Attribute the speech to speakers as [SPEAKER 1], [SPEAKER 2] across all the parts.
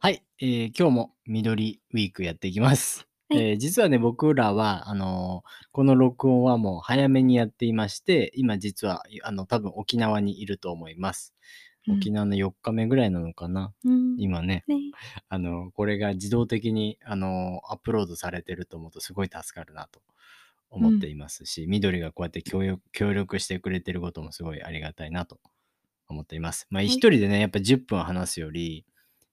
[SPEAKER 1] はい、えー、今日も緑ウィークやっていきます。
[SPEAKER 2] はい。
[SPEAKER 1] えー、実はね、僕らは、あのこの録音はもう早めにやっていまして、今実は、あの、多分沖縄にいると思います。
[SPEAKER 2] うん。
[SPEAKER 1] 沖縄の4日目ぐらいなのかな
[SPEAKER 2] うん。
[SPEAKER 1] 今ね、
[SPEAKER 2] ね。
[SPEAKER 1] あの、これが自動的に、あの、アップロードされてると思うとすごい助かるなと
[SPEAKER 2] う
[SPEAKER 1] 思って
[SPEAKER 2] ん。
[SPEAKER 1] いますし、緑がこうやって協力協力してくれてることもすごいありがたいなと思っています。まあ、
[SPEAKER 2] は
[SPEAKER 1] 一
[SPEAKER 2] い。
[SPEAKER 1] 人でね、やっぱ10分話すより、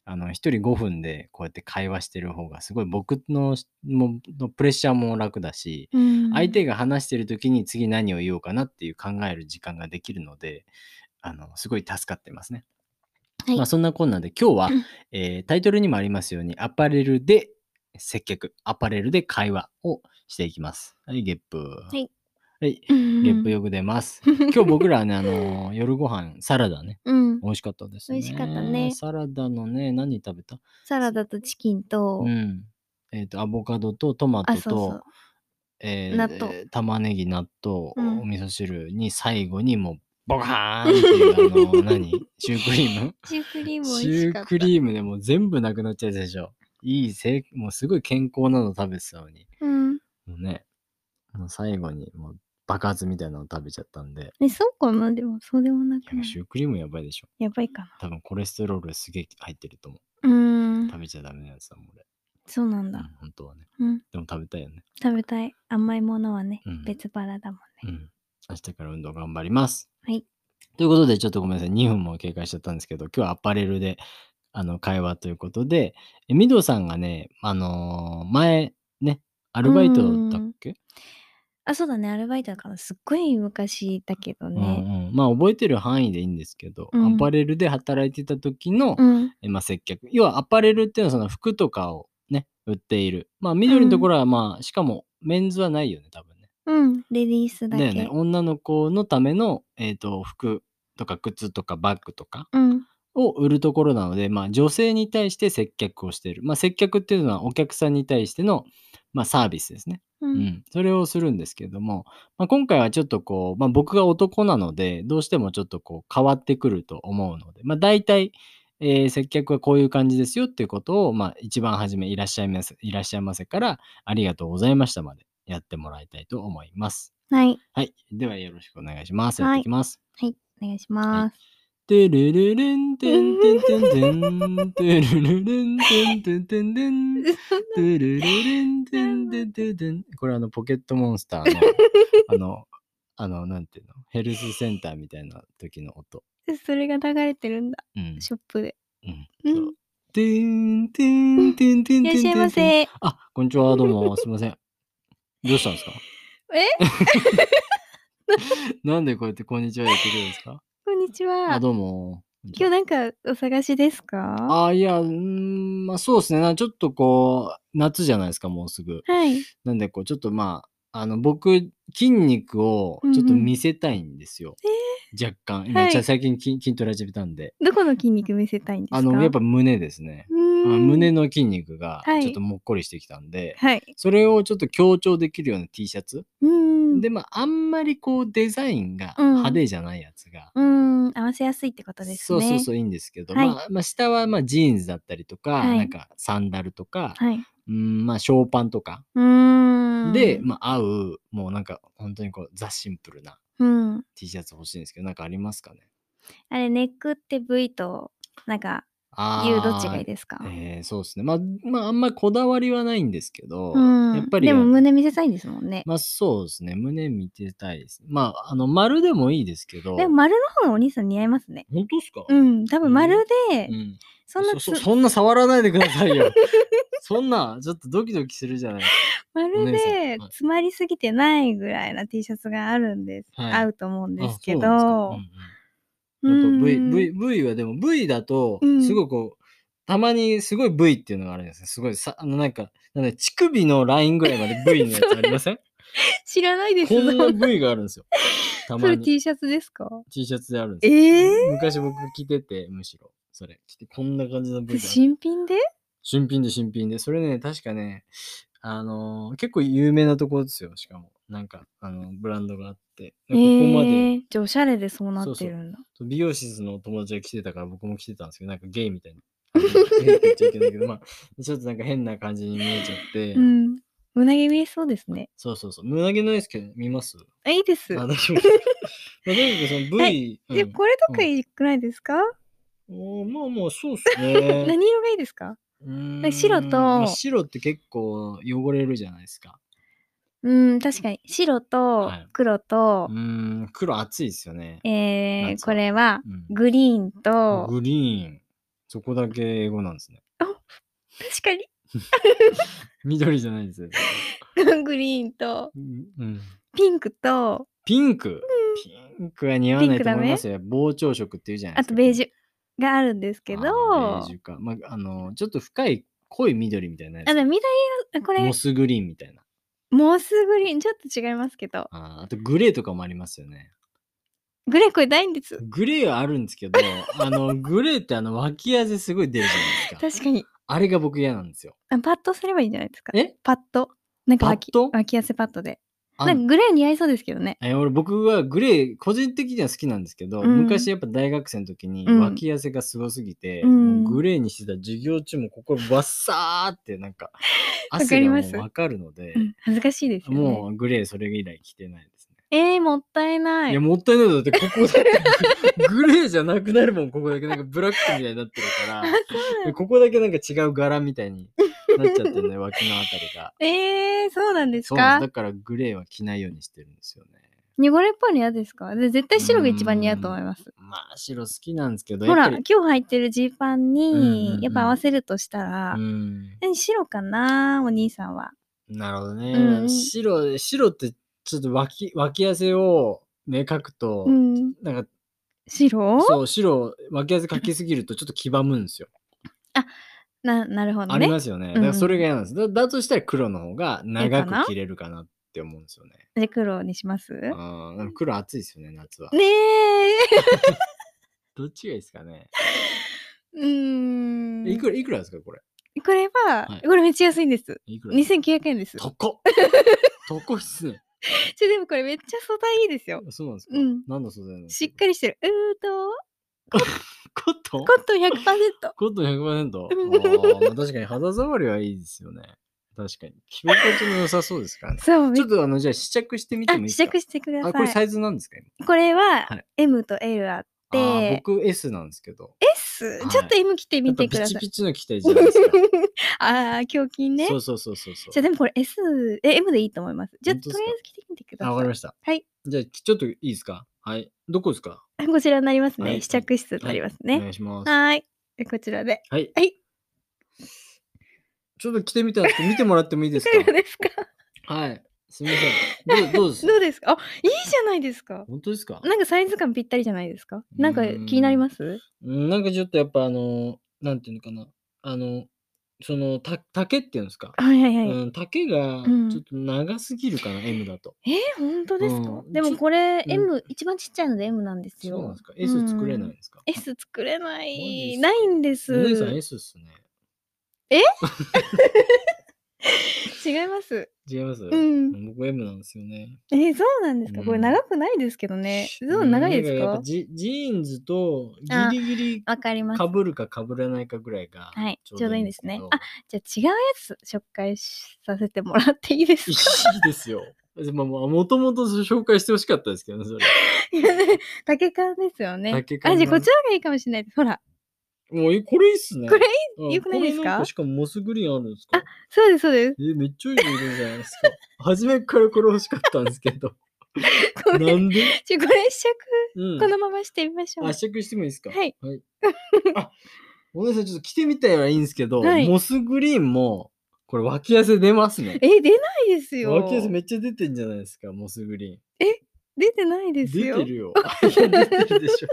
[SPEAKER 1] あの、一人5分でこうやって会話してる方が、すごい僕のしものプレッシャーも楽だし、
[SPEAKER 2] う
[SPEAKER 1] 相
[SPEAKER 2] ん。
[SPEAKER 1] 手が話してる時に次何を言おうかなっていう考える時間ができるので、あの、すごい助かってますね。
[SPEAKER 2] は
[SPEAKER 1] ま
[SPEAKER 2] い。
[SPEAKER 1] あ、そんなこんなで今日
[SPEAKER 2] う
[SPEAKER 1] は、
[SPEAKER 2] ん。
[SPEAKER 1] えータイトルにもありますように、アパレルで接客、アパレルで会話をしていきます。はい、ゲップ。
[SPEAKER 2] はい。
[SPEAKER 1] はい、
[SPEAKER 2] う
[SPEAKER 1] ゲップ
[SPEAKER 2] ん。
[SPEAKER 1] よく出ます。今日僕らは ね、あのー夜ご飯、サラダね。
[SPEAKER 2] うん。
[SPEAKER 1] 美味しかったです
[SPEAKER 2] 美味しかった
[SPEAKER 1] ね。
[SPEAKER 2] ね。
[SPEAKER 1] サラダのね、何食べた
[SPEAKER 2] サラ
[SPEAKER 1] す
[SPEAKER 2] ダとチキン
[SPEAKER 1] う
[SPEAKER 2] と、
[SPEAKER 1] ん。えっ、と、アボカドとトマ
[SPEAKER 2] あ、
[SPEAKER 1] ト
[SPEAKER 2] そうそ
[SPEAKER 1] と、
[SPEAKER 2] う。納豆。
[SPEAKER 1] えー玉ねぎ、納豆、
[SPEAKER 2] う
[SPEAKER 1] お
[SPEAKER 2] ん。
[SPEAKER 1] 味噌汁に最後にもう、ボカーンっていう、あのー 何シュークリーム
[SPEAKER 2] シュークリーム美
[SPEAKER 1] シ
[SPEAKER 2] 味し
[SPEAKER 1] ュー
[SPEAKER 2] かっ
[SPEAKER 1] ク
[SPEAKER 2] た。
[SPEAKER 1] リームでもう全部なくなっちゃうでしょ。いいせい、もうすごい健康なの食べてたのに。
[SPEAKER 2] うん。
[SPEAKER 1] もうね、もう最後にもう爆発みたいなの食べちゃったんで。
[SPEAKER 2] え、そうかなでも、そうでもないく
[SPEAKER 1] や、
[SPEAKER 2] ない。
[SPEAKER 1] シュークリームやばいでしょ。
[SPEAKER 2] やばいかな。
[SPEAKER 1] 多分コレステロールすげえ入ってると思う。
[SPEAKER 2] うーん。
[SPEAKER 1] 食べちゃダメなやつだもん、俺。
[SPEAKER 2] そうなん
[SPEAKER 1] うん、
[SPEAKER 2] だ。
[SPEAKER 1] 本当はね。
[SPEAKER 2] うん。
[SPEAKER 1] でも食べたいよね。
[SPEAKER 2] 食べたい。甘いものはね、
[SPEAKER 1] うん。
[SPEAKER 2] 別腹だもん
[SPEAKER 1] う
[SPEAKER 2] ね。
[SPEAKER 1] ん。明日から運動頑張ります。
[SPEAKER 2] はい。
[SPEAKER 1] ということで、ちょっとごめんなさい。2分も警戒しちゃったんですけど、今日はアパレルで、あの、会話ということで、えみどさんがね、あのー前、ね、ア
[SPEAKER 2] う
[SPEAKER 1] ルバイトだっ
[SPEAKER 2] ん。
[SPEAKER 1] け
[SPEAKER 2] あ、そうだね。アルバイトだから、すっごい昔だけど
[SPEAKER 1] う
[SPEAKER 2] ね。
[SPEAKER 1] んうん。まあ、覚えてる範囲でいいんですけど、
[SPEAKER 2] う
[SPEAKER 1] アパ
[SPEAKER 2] ん。
[SPEAKER 1] レルで働いてた時の、
[SPEAKER 2] うん。
[SPEAKER 1] えまあ、接客。要は、アパレルっていうのは、その服とかをね、売っている。まあ、
[SPEAKER 2] う
[SPEAKER 1] 緑のとこ
[SPEAKER 2] ん。
[SPEAKER 1] ろは、まあ、しかも、メンズはないよね、多分ね。
[SPEAKER 2] うん。レディースだ
[SPEAKER 1] だよね。
[SPEAKER 2] け。
[SPEAKER 1] 女の子のための、えっ、と、服とか靴とかバッグとか
[SPEAKER 2] うん。
[SPEAKER 1] を売るところなので、まあ、女性に対して接客をしている。まあ、接客っていうのはお客さんに対しての、まあ、サービスですね。
[SPEAKER 2] う。
[SPEAKER 1] うんん。それをするんですけども、まあ、今回はちょっとこう、まあ、僕が男なので、どうしてもちょっとこう、変わってくると思うので、まあ、大体、えー接客はこういう感じですよっていうことを、まあ、一番初め、いらっしゃいませ、いらっしゃいませから、ありがとうございましたまでやってもらいたいと思います。
[SPEAKER 2] はい。
[SPEAKER 1] はい。では、よろしくお願いします。やって
[SPEAKER 2] はいい。
[SPEAKER 1] きます。
[SPEAKER 2] はい。お願いし
[SPEAKER 1] はい。
[SPEAKER 2] ます。
[SPEAKER 1] てれれれん
[SPEAKER 2] う
[SPEAKER 1] てんてんてんて
[SPEAKER 2] ん
[SPEAKER 1] ん、てれれれんてんてんてんてん、
[SPEAKER 2] そんな、
[SPEAKER 1] てれれれんてん
[SPEAKER 2] な
[SPEAKER 1] て
[SPEAKER 2] ん
[SPEAKER 1] ん
[SPEAKER 2] だ。
[SPEAKER 1] てんてん。これあの、ポケットモンスターの、あの、あの、なんていうの、ヘルスセンターみたいな時の音。
[SPEAKER 2] それが流れてるんだ。
[SPEAKER 1] うん、
[SPEAKER 2] ショップで。
[SPEAKER 1] うん、
[SPEAKER 2] う
[SPEAKER 1] そ
[SPEAKER 2] ん。
[SPEAKER 1] う。てんて
[SPEAKER 2] うんん
[SPEAKER 1] てんてん
[SPEAKER 2] いらってし
[SPEAKER 1] ん
[SPEAKER 2] ゃい
[SPEAKER 1] て
[SPEAKER 2] ま
[SPEAKER 1] んてん。
[SPEAKER 2] せ。
[SPEAKER 1] あ、こんにちは、どうも、すいません。どうしたんですか
[SPEAKER 2] え
[SPEAKER 1] なんでこうやってこんにちはやってくるんですか
[SPEAKER 2] こんにち
[SPEAKER 1] あ、
[SPEAKER 2] は。
[SPEAKER 1] どうも、こんにち
[SPEAKER 2] 今日
[SPEAKER 1] は。
[SPEAKER 2] なんかお探しですか
[SPEAKER 1] ああ、いや、うーん、まあそうですね。なちょっとこう、夏じゃないですか、もうすぐ。
[SPEAKER 2] はい。
[SPEAKER 1] なんで、こう、ちょっとまあ、あの、僕、筋肉を
[SPEAKER 2] う
[SPEAKER 1] ちょっ
[SPEAKER 2] ん
[SPEAKER 1] と
[SPEAKER 2] うん。
[SPEAKER 1] 見せたいんですよ。
[SPEAKER 2] え
[SPEAKER 1] 若干。
[SPEAKER 2] ー、
[SPEAKER 1] 今、
[SPEAKER 2] は
[SPEAKER 1] ちゃ
[SPEAKER 2] い。
[SPEAKER 1] 最近筋筋トレ始めたんで。
[SPEAKER 2] どこの筋肉見せたいんで
[SPEAKER 1] あ
[SPEAKER 2] す
[SPEAKER 1] の、やっ
[SPEAKER 2] か
[SPEAKER 1] ぱ胸ですね。
[SPEAKER 2] う
[SPEAKER 1] あ
[SPEAKER 2] ー
[SPEAKER 1] 胸
[SPEAKER 2] ん。
[SPEAKER 1] の筋肉が
[SPEAKER 2] は
[SPEAKER 1] ちょっと
[SPEAKER 2] い。
[SPEAKER 1] もっこりしてきたんで、
[SPEAKER 2] はい。
[SPEAKER 1] それをちょっと強調できるような T シャツ。
[SPEAKER 2] うーん。
[SPEAKER 1] で、まあ、あんまりこう、デザインが
[SPEAKER 2] う
[SPEAKER 1] 派
[SPEAKER 2] ん。
[SPEAKER 1] 手じゃないやつが、
[SPEAKER 2] うーん。合わせやすいってことです
[SPEAKER 1] そうそう
[SPEAKER 2] ね。
[SPEAKER 1] そういいんですけど、
[SPEAKER 2] はい。
[SPEAKER 1] まあ、まあ、下はまあジーンズだったりとか、
[SPEAKER 2] は
[SPEAKER 1] なん
[SPEAKER 2] い。
[SPEAKER 1] かサンダルとか、
[SPEAKER 2] はい。
[SPEAKER 1] うん、まあ、ショーパンとか。
[SPEAKER 2] う
[SPEAKER 1] で、
[SPEAKER 2] ーん。
[SPEAKER 1] まあ、合う、もうなんか、本当にこう、ザ・シンプルな
[SPEAKER 2] うん。
[SPEAKER 1] T シャツ欲しいんですけど、なんかありますかね
[SPEAKER 2] あれ、ネックって V と、なんか、U どっちが
[SPEAKER 1] あ
[SPEAKER 2] いい
[SPEAKER 1] ー、
[SPEAKER 2] ですか
[SPEAKER 1] えー、そうですね。まあ、まあ、あんまこだわりはないんですけ
[SPEAKER 2] う
[SPEAKER 1] ど、やっ
[SPEAKER 2] ん。
[SPEAKER 1] ぱり
[SPEAKER 2] でも
[SPEAKER 1] あの、
[SPEAKER 2] 胸見せたいんですもんね。
[SPEAKER 1] まあ、そうですね。胸見てたいです。まあ、あの、丸でもいいですけ
[SPEAKER 2] でも
[SPEAKER 1] ど、
[SPEAKER 2] 丸の方がお兄さん似合いますね。
[SPEAKER 1] 本当ですか
[SPEAKER 2] うん。多
[SPEAKER 1] え
[SPEAKER 2] 分丸
[SPEAKER 1] ー、う
[SPEAKER 2] で、
[SPEAKER 1] ん。
[SPEAKER 2] そんな
[SPEAKER 1] そ、そ、
[SPEAKER 2] つ、
[SPEAKER 1] そんな触らないでください よ。そんな、ちょっとドキドキするじゃないですか。
[SPEAKER 2] 丸
[SPEAKER 1] お姉さん。
[SPEAKER 2] で
[SPEAKER 1] はい。
[SPEAKER 2] 詰まりすぎてないぐらいな T シャツがあるんです。
[SPEAKER 1] は
[SPEAKER 2] 合
[SPEAKER 1] い。
[SPEAKER 2] うと思うんで
[SPEAKER 1] あ、
[SPEAKER 2] すけ
[SPEAKER 1] そうなんですか。うんう
[SPEAKER 2] ど。
[SPEAKER 1] ん。やっぱ V、
[SPEAKER 2] うーん。
[SPEAKER 1] V、V はでも V だと、
[SPEAKER 2] う
[SPEAKER 1] す
[SPEAKER 2] ん。
[SPEAKER 1] ごいこう、たまにすごい V っていうのがあるんですね。すごいさ、あのなんか、なんだ乳首のラインぐらいまで V の
[SPEAKER 2] そ
[SPEAKER 1] やつありま
[SPEAKER 2] れ、
[SPEAKER 1] せん
[SPEAKER 2] 知らないです、
[SPEAKER 1] こ
[SPEAKER 2] そん
[SPEAKER 1] ん
[SPEAKER 2] な。
[SPEAKER 1] な V があるんですよ。た
[SPEAKER 2] そ
[SPEAKER 1] ま
[SPEAKER 2] れ
[SPEAKER 1] に。
[SPEAKER 2] T シャツですか
[SPEAKER 1] T シャツであるんですよ。
[SPEAKER 2] ええ
[SPEAKER 1] 昔僕着てて、むしろ。それ。着て、こんな感じの
[SPEAKER 2] そ
[SPEAKER 1] V があ
[SPEAKER 2] れ
[SPEAKER 1] る。
[SPEAKER 2] 新品で
[SPEAKER 1] 新品で新品で。それね、確かね、あのー結構有名なところですよ。しかも。なんか、あの、ブランドがあって。でここまで、
[SPEAKER 2] ええじゃあおしゃれでそうな
[SPEAKER 1] そ
[SPEAKER 2] っ
[SPEAKER 1] う
[SPEAKER 2] て
[SPEAKER 1] そ
[SPEAKER 2] るんだ。
[SPEAKER 1] う。美容室の友達が来てたから僕も来てたんですけど、なんかゲイみたいな。あの変って言っちゃいけないけ ど、まあ、ちょっとなんか変な感じに見えちゃって、
[SPEAKER 2] うん。胸毛見えそうですね。
[SPEAKER 1] そうそうそう、胸毛ないですけど、見ます
[SPEAKER 2] あいいです。
[SPEAKER 1] あ、大
[SPEAKER 2] でも
[SPEAKER 1] 丈夫です。 まあ、とにかくその部位、うん
[SPEAKER 2] これとかいいくないですか、
[SPEAKER 1] おーまあまあ、そうっすね。
[SPEAKER 2] 何色がいいですか
[SPEAKER 1] うー
[SPEAKER 2] え
[SPEAKER 1] ん
[SPEAKER 2] 白と
[SPEAKER 1] まあ白って結構汚れるじゃないですか。
[SPEAKER 2] うん、確かに。白と
[SPEAKER 1] はい
[SPEAKER 2] 黒と
[SPEAKER 1] う、ーん、黒熱いですよね。
[SPEAKER 2] え
[SPEAKER 1] なん
[SPEAKER 2] ー、
[SPEAKER 1] つうの
[SPEAKER 2] これは
[SPEAKER 1] うん
[SPEAKER 2] グリーンと、
[SPEAKER 1] グリーン。そこだけ英語なんですね。
[SPEAKER 2] 確かに
[SPEAKER 1] 緑じゃないですよ。
[SPEAKER 2] グリーンと
[SPEAKER 1] うん、
[SPEAKER 2] ピンクと、
[SPEAKER 1] ピンク、ピンクは似合わないと思いますよ。膨張色っていうじゃないで
[SPEAKER 2] あ
[SPEAKER 1] す
[SPEAKER 2] と
[SPEAKER 1] か。
[SPEAKER 2] ベージュがあるんですけど、
[SPEAKER 1] あー
[SPEAKER 2] あ
[SPEAKER 1] ベージュか。まあ、あの、ちょっと深い濃い緑みたいなや
[SPEAKER 2] で
[SPEAKER 1] つ。
[SPEAKER 2] も緑色、これ
[SPEAKER 1] モ、スグリーンみたいな。
[SPEAKER 2] モスグリーン、ちょっと違いますけど、
[SPEAKER 1] あーあとグレーとかもありますよね。
[SPEAKER 2] グレーこれないんです。
[SPEAKER 1] グレーはあるんですけ ど、あの、グレーってあの、脇汗すごい出るじゃないですか。
[SPEAKER 2] 確かに。
[SPEAKER 1] あれが僕嫌なんですよ。
[SPEAKER 2] あパッとすればいいんじゃないですか。
[SPEAKER 1] え
[SPEAKER 2] パッと。なんか脇
[SPEAKER 1] パッと
[SPEAKER 2] 脇汗パッとで。
[SPEAKER 1] あ
[SPEAKER 2] なんかグレー似合いそうですけどね。
[SPEAKER 1] え俺僕はグレー個人的には好きなんですけど、
[SPEAKER 2] うん
[SPEAKER 1] 昔やっぱ大学生の時に
[SPEAKER 2] うん
[SPEAKER 1] 脇汗がすごすぎて、
[SPEAKER 2] うん
[SPEAKER 1] もうグレーにしてた授業中もここわっさーって なんか汗が
[SPEAKER 2] わ
[SPEAKER 1] も
[SPEAKER 2] かります
[SPEAKER 1] うわかるので
[SPEAKER 2] う、ん、恥ずかしいですよね。
[SPEAKER 1] もうグレーそれ以来着てないですね。
[SPEAKER 2] えー、もったいない。
[SPEAKER 1] いやもったいないだってここだけグレーじゃなくなるもんここだけなんかブラックみたいになってるか
[SPEAKER 2] あそうな
[SPEAKER 1] ら
[SPEAKER 2] ん
[SPEAKER 1] ここだけなんか違う柄みたいになっちゃってる ね脇のあたりが。
[SPEAKER 2] えー、そうなんです
[SPEAKER 1] そうな
[SPEAKER 2] か
[SPEAKER 1] んですだからグレーは着ないようにしてるんですよね。
[SPEAKER 2] 汚れっぽいの嫌ですかで絶対白が一番似合うと思います。
[SPEAKER 1] まあ白好きなんですけど
[SPEAKER 2] ほ
[SPEAKER 1] やっ
[SPEAKER 2] ら、
[SPEAKER 1] ぱ
[SPEAKER 2] 今
[SPEAKER 1] り
[SPEAKER 2] 日履いてるジーパ
[SPEAKER 1] う
[SPEAKER 2] ン
[SPEAKER 1] んうんう
[SPEAKER 2] に
[SPEAKER 1] ん、
[SPEAKER 2] やっぱ合わせるとしたら
[SPEAKER 1] う、ん
[SPEAKER 2] 何白かなお兄さんは。
[SPEAKER 1] なるほどね。
[SPEAKER 2] うん
[SPEAKER 1] 白、白ってちょっと脇、脇汗をね、描くと、
[SPEAKER 2] うん。
[SPEAKER 1] なんか、
[SPEAKER 2] 白
[SPEAKER 1] そう、白、脇汗描きすぎるとちょっと黄ばむんですよ。
[SPEAKER 2] な、なるほど
[SPEAKER 1] あり
[SPEAKER 2] ね。
[SPEAKER 1] ますよね。
[SPEAKER 2] ん
[SPEAKER 1] だからそれが嫌なんです。だだとしたら黒の方が長
[SPEAKER 2] いいかな
[SPEAKER 1] く着れるかなって思うんですよね。
[SPEAKER 2] で、黒にしますね
[SPEAKER 1] あーでも黒暑いですよね、夏は。
[SPEAKER 2] え。
[SPEAKER 1] どっちがいいですかね。
[SPEAKER 2] うーん。
[SPEAKER 1] いくら、いくらですか、これ。
[SPEAKER 2] これは、
[SPEAKER 1] はい
[SPEAKER 2] これめっちゃ安いんです。
[SPEAKER 1] いくらですか
[SPEAKER 2] 2900円です。ちょ、
[SPEAKER 1] 高っ高いっすね。
[SPEAKER 2] でもこれめっちゃ素材いいですよ。
[SPEAKER 1] そうなんですか。
[SPEAKER 2] うん
[SPEAKER 1] 何の素材なんです
[SPEAKER 2] しっかりしてる。うーと、
[SPEAKER 1] かコットン
[SPEAKER 2] コットン100%。
[SPEAKER 1] コットン 100%?
[SPEAKER 2] うん
[SPEAKER 1] あーまあ確かに肌触りはいいですよね。確かに。着心地も良さそうです からね。
[SPEAKER 2] そう、め
[SPEAKER 1] ち
[SPEAKER 2] っ
[SPEAKER 1] ょっとあの、じゃあ試着してみて
[SPEAKER 2] あ
[SPEAKER 1] もいいで
[SPEAKER 2] 試
[SPEAKER 1] すか
[SPEAKER 2] 着してください。
[SPEAKER 1] あ、これサイズなんですか今
[SPEAKER 2] これは
[SPEAKER 1] はい
[SPEAKER 2] M と L あっ
[SPEAKER 1] あー
[SPEAKER 2] て、
[SPEAKER 1] 僕 S なんですけど。
[SPEAKER 2] S
[SPEAKER 1] はい
[SPEAKER 2] ちょっと M 着てみてく
[SPEAKER 1] や
[SPEAKER 2] だ
[SPEAKER 1] っぱピ
[SPEAKER 2] さ
[SPEAKER 1] チ
[SPEAKER 2] い。
[SPEAKER 1] ピチの着たいじゃないですか。
[SPEAKER 2] ああ、胸筋 ね
[SPEAKER 1] そ。うそうそうそうそう。
[SPEAKER 2] じゃあでもこれ S、え、M でいいと思います。じゃあ
[SPEAKER 1] 本当
[SPEAKER 2] と
[SPEAKER 1] です
[SPEAKER 2] り
[SPEAKER 1] か
[SPEAKER 2] あえず着てみてくだ
[SPEAKER 1] あ、わかり
[SPEAKER 2] さ
[SPEAKER 1] ました。
[SPEAKER 2] はい。
[SPEAKER 1] じゃあ、ちょっといいですかはい。どこですか
[SPEAKER 2] い。こちらになりますね。
[SPEAKER 1] はい
[SPEAKER 2] 試着室になります
[SPEAKER 1] お
[SPEAKER 2] ね。
[SPEAKER 1] 願いします。
[SPEAKER 2] はーい。でこちらで。
[SPEAKER 1] はい。
[SPEAKER 2] はい。
[SPEAKER 1] ちょっと着てみたんですけど、見てもらってもいいで
[SPEAKER 2] い
[SPEAKER 1] す
[SPEAKER 2] かが
[SPEAKER 1] か
[SPEAKER 2] ですか
[SPEAKER 1] はい。すみません。どうどうです
[SPEAKER 2] どうですかあ、いいじゃないですか。
[SPEAKER 1] 本当ですか
[SPEAKER 2] なんかサイズ感ぴったりじゃないですかなんか気になります
[SPEAKER 1] うんなんかちょっとやっぱあの、なんていうのかな、あの、その、た竹っていうんですか、
[SPEAKER 2] はいはいはい。
[SPEAKER 1] うん、竹が
[SPEAKER 2] うん
[SPEAKER 1] ちょっと長すぎるかな、M だと。
[SPEAKER 2] えー、本当ですか
[SPEAKER 1] うん
[SPEAKER 2] でも
[SPEAKER 1] ちょ
[SPEAKER 2] これ
[SPEAKER 1] うん
[SPEAKER 2] M、一番ちっちゃいので M なんですよ。
[SPEAKER 1] そうなんですか ?S 作れないんですか、
[SPEAKER 2] S 作れな
[SPEAKER 1] マジっ
[SPEAKER 2] い。
[SPEAKER 1] すか
[SPEAKER 2] ないんです。
[SPEAKER 1] お姉さん S っすね。
[SPEAKER 2] 違います。
[SPEAKER 1] 違います、
[SPEAKER 2] うん
[SPEAKER 1] 僕 M なんですよね。
[SPEAKER 2] えーそうなんですか、
[SPEAKER 1] うん
[SPEAKER 2] これ長くないですけどね。どう
[SPEAKER 1] うん
[SPEAKER 2] 長いで
[SPEAKER 1] なん
[SPEAKER 2] す
[SPEAKER 1] やっぱ
[SPEAKER 2] か
[SPEAKER 1] ジジーンズと
[SPEAKER 2] あ
[SPEAKER 1] ギリギリ
[SPEAKER 2] わかります。
[SPEAKER 1] かぶるかかぶらないかぐらいが
[SPEAKER 2] はい
[SPEAKER 1] ちょうどいいんですけど
[SPEAKER 2] ちょうどいじゃあ違うやつ紹介しさせてもらっていいです
[SPEAKER 1] いい
[SPEAKER 2] か
[SPEAKER 1] ですよ。 まあ、まあもともと紹介してほしかったですけどね、それ。
[SPEAKER 2] 竹缶ですよね。あ、
[SPEAKER 1] 竹
[SPEAKER 2] じゃ
[SPEAKER 1] 缶
[SPEAKER 2] あこ
[SPEAKER 1] ね
[SPEAKER 2] ちらがいいかもしれないです。ほら、
[SPEAKER 1] もうえこれいいっすね。
[SPEAKER 2] これ
[SPEAKER 1] うん
[SPEAKER 2] 良くないですか
[SPEAKER 1] これなんしかもモスグリーンあるんですか
[SPEAKER 2] そうです、そうです。
[SPEAKER 1] え、めっちゃいい色じゃないですか。 初めっからこれ欲しかったんですけど。
[SPEAKER 2] こ
[SPEAKER 1] な
[SPEAKER 2] れ、
[SPEAKER 1] んで、
[SPEAKER 2] ちょこれ試着、
[SPEAKER 1] うん、
[SPEAKER 2] このまましてみましょう。
[SPEAKER 1] 圧縮してもいいですか
[SPEAKER 2] はい。
[SPEAKER 1] はい、あ、お姉さんちょっと着てみたいはいいんですけど、
[SPEAKER 2] はい
[SPEAKER 1] モスグリーンも、これ脇汗出ますね。
[SPEAKER 2] えー、出ないですよ。
[SPEAKER 1] 脇汗めっちゃ出てんじゃないですか、モスグリーン。
[SPEAKER 2] 出てないで
[SPEAKER 1] 出
[SPEAKER 2] すよ
[SPEAKER 1] て。るよ。 出てるで しょ。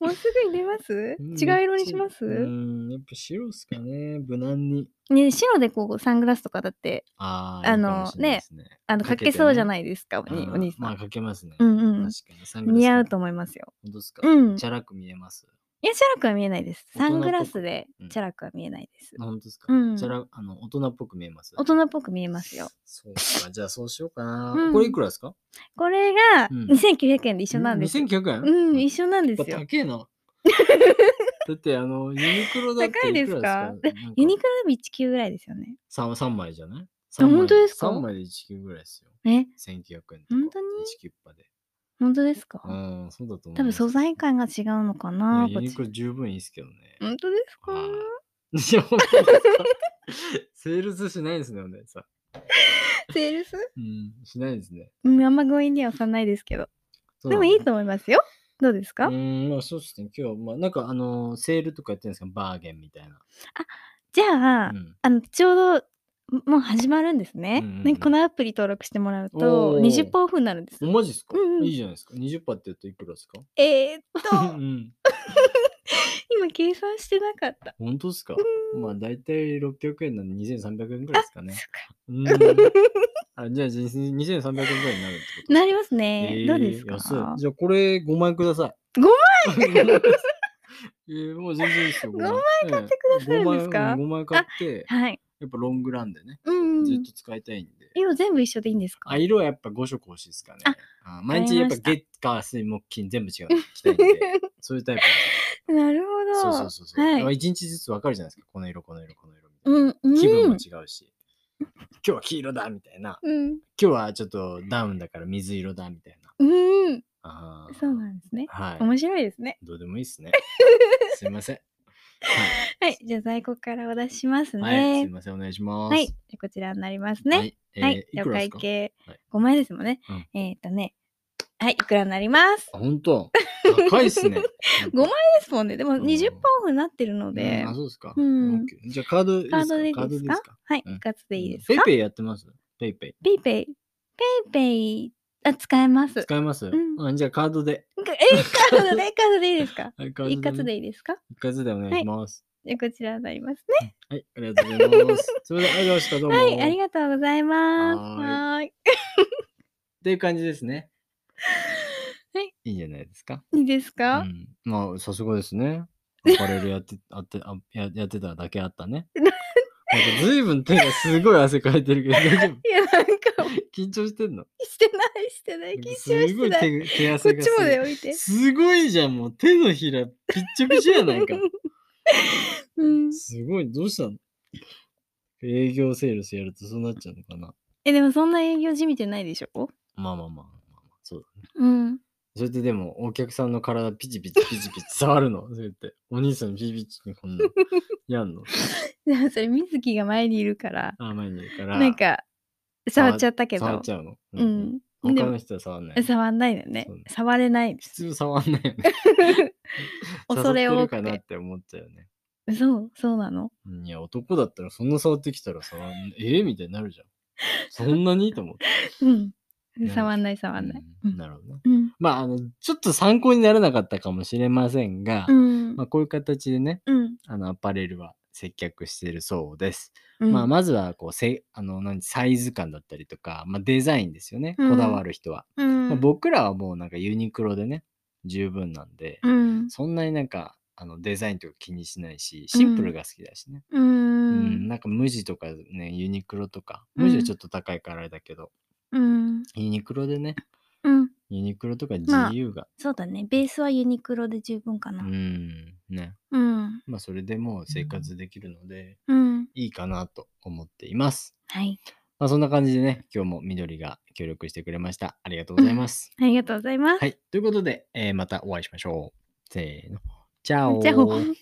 [SPEAKER 2] もうすぐに出ます違う色にします、
[SPEAKER 1] うん、やっぱ白っすかね、無難に。
[SPEAKER 2] ね、白でこうサングラスとかだって、
[SPEAKER 1] あ
[SPEAKER 2] あ
[SPEAKER 1] あ
[SPEAKER 2] の
[SPEAKER 1] ね
[SPEAKER 2] あの、
[SPEAKER 1] か
[SPEAKER 2] か
[SPEAKER 1] けてね
[SPEAKER 2] けそうじゃないですか、お
[SPEAKER 1] あ
[SPEAKER 2] に
[SPEAKER 1] ー
[SPEAKER 2] お兄さん。
[SPEAKER 1] まあ、かけますね。
[SPEAKER 2] うんうんうん
[SPEAKER 1] 確かにサングラス。
[SPEAKER 2] 似合うと思いますよ。
[SPEAKER 1] 本当ですか、
[SPEAKER 2] うん
[SPEAKER 1] チャラく見えます。
[SPEAKER 2] いや、チャラくは見えないです。
[SPEAKER 1] 大人っぽ
[SPEAKER 2] サ
[SPEAKER 1] く
[SPEAKER 2] ングラスで
[SPEAKER 1] うん
[SPEAKER 2] チャラくは見えないです。
[SPEAKER 1] あ本当ですか、
[SPEAKER 2] うん
[SPEAKER 1] チャラあの大人っぽく見えます。
[SPEAKER 2] 大人っぽく見えますよ。
[SPEAKER 1] そうか、じゃあそうしようかな。
[SPEAKER 2] うん
[SPEAKER 1] これいくらですか
[SPEAKER 2] これが
[SPEAKER 1] うん
[SPEAKER 2] 2900円で一緒なんです。
[SPEAKER 1] ?2900 円
[SPEAKER 2] うん、一
[SPEAKER 1] 緒
[SPEAKER 2] 緒なんです
[SPEAKER 1] 高
[SPEAKER 2] よ。
[SPEAKER 1] えな。だってあの、ユニクロだって
[SPEAKER 2] 高いですかユニクロでも1級ぐらいですよね。
[SPEAKER 1] ロ ?3 枚じゃない
[SPEAKER 2] あ本当ですか
[SPEAKER 1] ?3 枚で1級ぐらいですよ。
[SPEAKER 2] え
[SPEAKER 1] 1900円とか。
[SPEAKER 2] 本当に
[SPEAKER 1] ?1 キュッパで。
[SPEAKER 2] 本当ですか、
[SPEAKER 1] うん、そうだと思う。
[SPEAKER 2] 多分素材感が違うのかない
[SPEAKER 1] や
[SPEAKER 2] こ
[SPEAKER 1] ユニ
[SPEAKER 2] っち
[SPEAKER 1] クロ十分いいですけどね。
[SPEAKER 2] 本当ですか
[SPEAKER 1] はい いや、本当ですかセールスしないですね、お姉さん。
[SPEAKER 2] セールス、
[SPEAKER 1] うん、しないですね。
[SPEAKER 2] うん、あんま強引には押さないですけど。
[SPEAKER 1] そう
[SPEAKER 2] で
[SPEAKER 1] なん
[SPEAKER 2] も
[SPEAKER 1] だ
[SPEAKER 2] いいと思いますよ。どうですか、
[SPEAKER 1] うん、まあそうですね。今日、まあなんかあの、セールとかやってるんですかバーゲンみたいな。
[SPEAKER 2] じゃあ、
[SPEAKER 1] うん、
[SPEAKER 2] あのちょうどももう始まるんですね。
[SPEAKER 1] うんうんうん
[SPEAKER 2] なんかこのアプリ登録してもらう
[SPEAKER 1] お
[SPEAKER 2] と
[SPEAKER 1] ー
[SPEAKER 2] 20%オフになるんです。
[SPEAKER 1] おマジですか、
[SPEAKER 2] うんうん
[SPEAKER 1] いいじゃないですか。20%って言うといくらですか
[SPEAKER 2] えー、っ
[SPEAKER 1] う
[SPEAKER 2] と、
[SPEAKER 1] ん。
[SPEAKER 2] 今計算してなかった。
[SPEAKER 1] 本当ですか
[SPEAKER 2] うん
[SPEAKER 1] まあ大体600円なんで2300円ぐらいですか ね。
[SPEAKER 2] そっか
[SPEAKER 1] うん。あじゃあじ2300円ぐらいになるってこと
[SPEAKER 2] なりますね。
[SPEAKER 1] えー
[SPEAKER 2] どうですか
[SPEAKER 1] 安いじゃあこれ5枚ください。
[SPEAKER 2] 5
[SPEAKER 1] 枚 えー、もう全然いいですよ。
[SPEAKER 2] 5
[SPEAKER 1] 買って
[SPEAKER 2] くださるんですか
[SPEAKER 1] ?5 枚買って、
[SPEAKER 2] はい。
[SPEAKER 1] やっぱロングランでね、
[SPEAKER 2] うんうん
[SPEAKER 1] ずっと使いたいんで。
[SPEAKER 2] 色全部一緒でいいんですか
[SPEAKER 1] あ色はやっぱ5色欲しいですかね。
[SPEAKER 2] あ
[SPEAKER 1] あ毎日やっぱ
[SPEAKER 2] わかり
[SPEAKER 1] 月火水木金全部違う。着た いんでそういうタイプ
[SPEAKER 2] なるほ
[SPEAKER 1] なん
[SPEAKER 2] ど。
[SPEAKER 1] ですよ。そうそうそうそう。
[SPEAKER 2] はい
[SPEAKER 1] まあ一日ずつ分かるじゃないですか。この色、この色、この色みたいな。
[SPEAKER 2] うん、うん。
[SPEAKER 1] 気分も違うし、今日は黄色だみたいな、
[SPEAKER 2] うん。
[SPEAKER 1] 今日はちょっとダウンだから水色だみたいな。
[SPEAKER 2] うん。
[SPEAKER 1] あー
[SPEAKER 2] そうなんですね。
[SPEAKER 1] は
[SPEAKER 2] 面白いですね。
[SPEAKER 1] い。どうでもいいっ すね。すいません。
[SPEAKER 2] はい。じゃあ在庫からお出しします
[SPEAKER 1] はい、はい、すい
[SPEAKER 2] ね。
[SPEAKER 1] ません、お願いします。
[SPEAKER 2] はい。じゃあこちらになります
[SPEAKER 1] は
[SPEAKER 2] ね。
[SPEAKER 1] い、えー
[SPEAKER 2] はい。じ
[SPEAKER 1] い
[SPEAKER 2] ゃあ
[SPEAKER 1] く
[SPEAKER 2] お
[SPEAKER 1] らです
[SPEAKER 2] 会
[SPEAKER 1] か
[SPEAKER 2] 計
[SPEAKER 1] はい
[SPEAKER 2] 5枚ですもんね
[SPEAKER 1] うん。
[SPEAKER 2] えっとね。はい。いくらになります。
[SPEAKER 1] あ本当高いっすね。
[SPEAKER 2] 5枚ですもんね。でも
[SPEAKER 1] うん
[SPEAKER 2] 20%オフになってるので
[SPEAKER 1] うんあ、。そうですか。
[SPEAKER 2] うん
[SPEAKER 1] オッケーじゃあカードいいです
[SPEAKER 2] カ
[SPEAKER 1] か
[SPEAKER 2] ードでいいですかはい。
[SPEAKER 1] うん
[SPEAKER 2] 一括でいいです
[SPEAKER 1] ペイ
[SPEAKER 2] か
[SPEAKER 1] ペイやってますペイペイ。
[SPEAKER 2] ペイペイ。ペイペイ。あ、使えます。
[SPEAKER 1] 使えます、
[SPEAKER 2] ん
[SPEAKER 1] うん、じゃあカードで。
[SPEAKER 2] え、カー ドで、カードでいいですか
[SPEAKER 1] はい、カ
[SPEAKER 2] 一
[SPEAKER 1] ード
[SPEAKER 2] 括
[SPEAKER 1] でね。
[SPEAKER 2] でいいですか
[SPEAKER 1] 一括でお願いします。
[SPEAKER 2] じゃあこちらになります
[SPEAKER 1] はい、ありがとうございます。それでは、ありがとうございました。どうも。
[SPEAKER 2] ね。はい、ありがとうございます。
[SPEAKER 1] は
[SPEAKER 2] は
[SPEAKER 1] ーい
[SPEAKER 2] ーい。
[SPEAKER 1] っていう感じですね。
[SPEAKER 2] はい。
[SPEAKER 1] いいんじゃないですか。
[SPEAKER 2] いいです
[SPEAKER 1] う
[SPEAKER 2] か、
[SPEAKER 1] ん。まあ、さすがですね。アパレルや って、あって、あややってただけあったね。なんかずいぶん手がすごい汗かいてる けど、大丈夫
[SPEAKER 2] いや、なんか、
[SPEAKER 1] 緊張してんの
[SPEAKER 2] してない、してない、緊張
[SPEAKER 1] すご
[SPEAKER 2] して
[SPEAKER 1] い
[SPEAKER 2] な
[SPEAKER 1] 手が
[SPEAKER 2] い。
[SPEAKER 1] 手
[SPEAKER 2] こ
[SPEAKER 1] 汗
[SPEAKER 2] っ
[SPEAKER 1] が
[SPEAKER 2] ち
[SPEAKER 1] す
[SPEAKER 2] ま
[SPEAKER 1] ごい
[SPEAKER 2] で置いて。
[SPEAKER 1] すごいじゃん、もう手のひら、ピッチョピチョやないか。
[SPEAKER 2] うん、
[SPEAKER 1] すごい、どうしたの営業セールスやるとそうなっちゃうのかな。
[SPEAKER 2] え、でもそんな営業じみてないでしょ
[SPEAKER 1] まあまあまあまあ、まあ、そうだね。
[SPEAKER 2] うん。
[SPEAKER 1] それってでも、お客さんの体ピチピチピチピチ触るの。そうやって、お兄さんピチピチにこんな、やんの。
[SPEAKER 2] でもそれ、水木が前にいるから、
[SPEAKER 1] あ、前にいるから。
[SPEAKER 2] なんか、触っちゃったけ
[SPEAKER 1] 触
[SPEAKER 2] ど
[SPEAKER 1] っち。ゃうの。
[SPEAKER 2] う。ん。
[SPEAKER 1] 他
[SPEAKER 2] で
[SPEAKER 1] の
[SPEAKER 2] も、
[SPEAKER 1] 人は触んない。
[SPEAKER 2] 触んないよね
[SPEAKER 1] そうね。
[SPEAKER 2] 触れ ないで
[SPEAKER 1] 普
[SPEAKER 2] す。
[SPEAKER 1] 通触んないよね。
[SPEAKER 2] 恐れ
[SPEAKER 1] 多
[SPEAKER 2] 多
[SPEAKER 1] か
[SPEAKER 2] く。
[SPEAKER 1] なってて思っちゃうよね。
[SPEAKER 2] そう、そうなの
[SPEAKER 1] うんいや、男だったらそんな 触ってきたらさ、ええみたいになるじゃん。そんなにと 思って。
[SPEAKER 2] うん
[SPEAKER 1] な。る
[SPEAKER 2] 触んない、触んない。
[SPEAKER 1] う
[SPEAKER 2] うんん
[SPEAKER 1] なるほどね。
[SPEAKER 2] うん。
[SPEAKER 1] まあ、あの、ちょっと参考にならなかったかもしれませんが、
[SPEAKER 2] うん
[SPEAKER 1] まあ、こういう形でね、
[SPEAKER 2] うん。
[SPEAKER 1] あの、アパレルは接客してるそうです。
[SPEAKER 2] うん
[SPEAKER 1] まあ、まずはこうせあの何サイズ感だったりとか、まあ、デザインですよね、
[SPEAKER 2] うん
[SPEAKER 1] こだわる人は、
[SPEAKER 2] うん
[SPEAKER 1] まあ、僕らはもうなんかユニクロでね十分なんで、
[SPEAKER 2] うん。
[SPEAKER 1] そんなになんかあのデザインとか気にしないしシンプルが好きだしね、
[SPEAKER 2] う
[SPEAKER 1] うん
[SPEAKER 2] ん。
[SPEAKER 1] なんか無地とかねユニクロとか
[SPEAKER 2] うん
[SPEAKER 1] 無地はちょっと高いからあれだけど、
[SPEAKER 2] うん。
[SPEAKER 1] ユニクロでね
[SPEAKER 2] うん。
[SPEAKER 1] ユニクロとか
[SPEAKER 2] まあ
[SPEAKER 1] GU が、
[SPEAKER 2] そうだね。ベースはユニクロで十分か
[SPEAKER 1] う
[SPEAKER 2] な。
[SPEAKER 1] んね
[SPEAKER 2] うん。
[SPEAKER 1] まあそれでもう生活できるので、
[SPEAKER 2] うん。
[SPEAKER 1] いいかなと思っています
[SPEAKER 2] はい。
[SPEAKER 1] まあそんな感じでね今日も緑が協力してくれましたありがとうござい ます、
[SPEAKER 2] ありがとうございます。
[SPEAKER 1] はい。ということで、えーまたお会いしましょう。せーの。チャオ
[SPEAKER 2] じゃあ、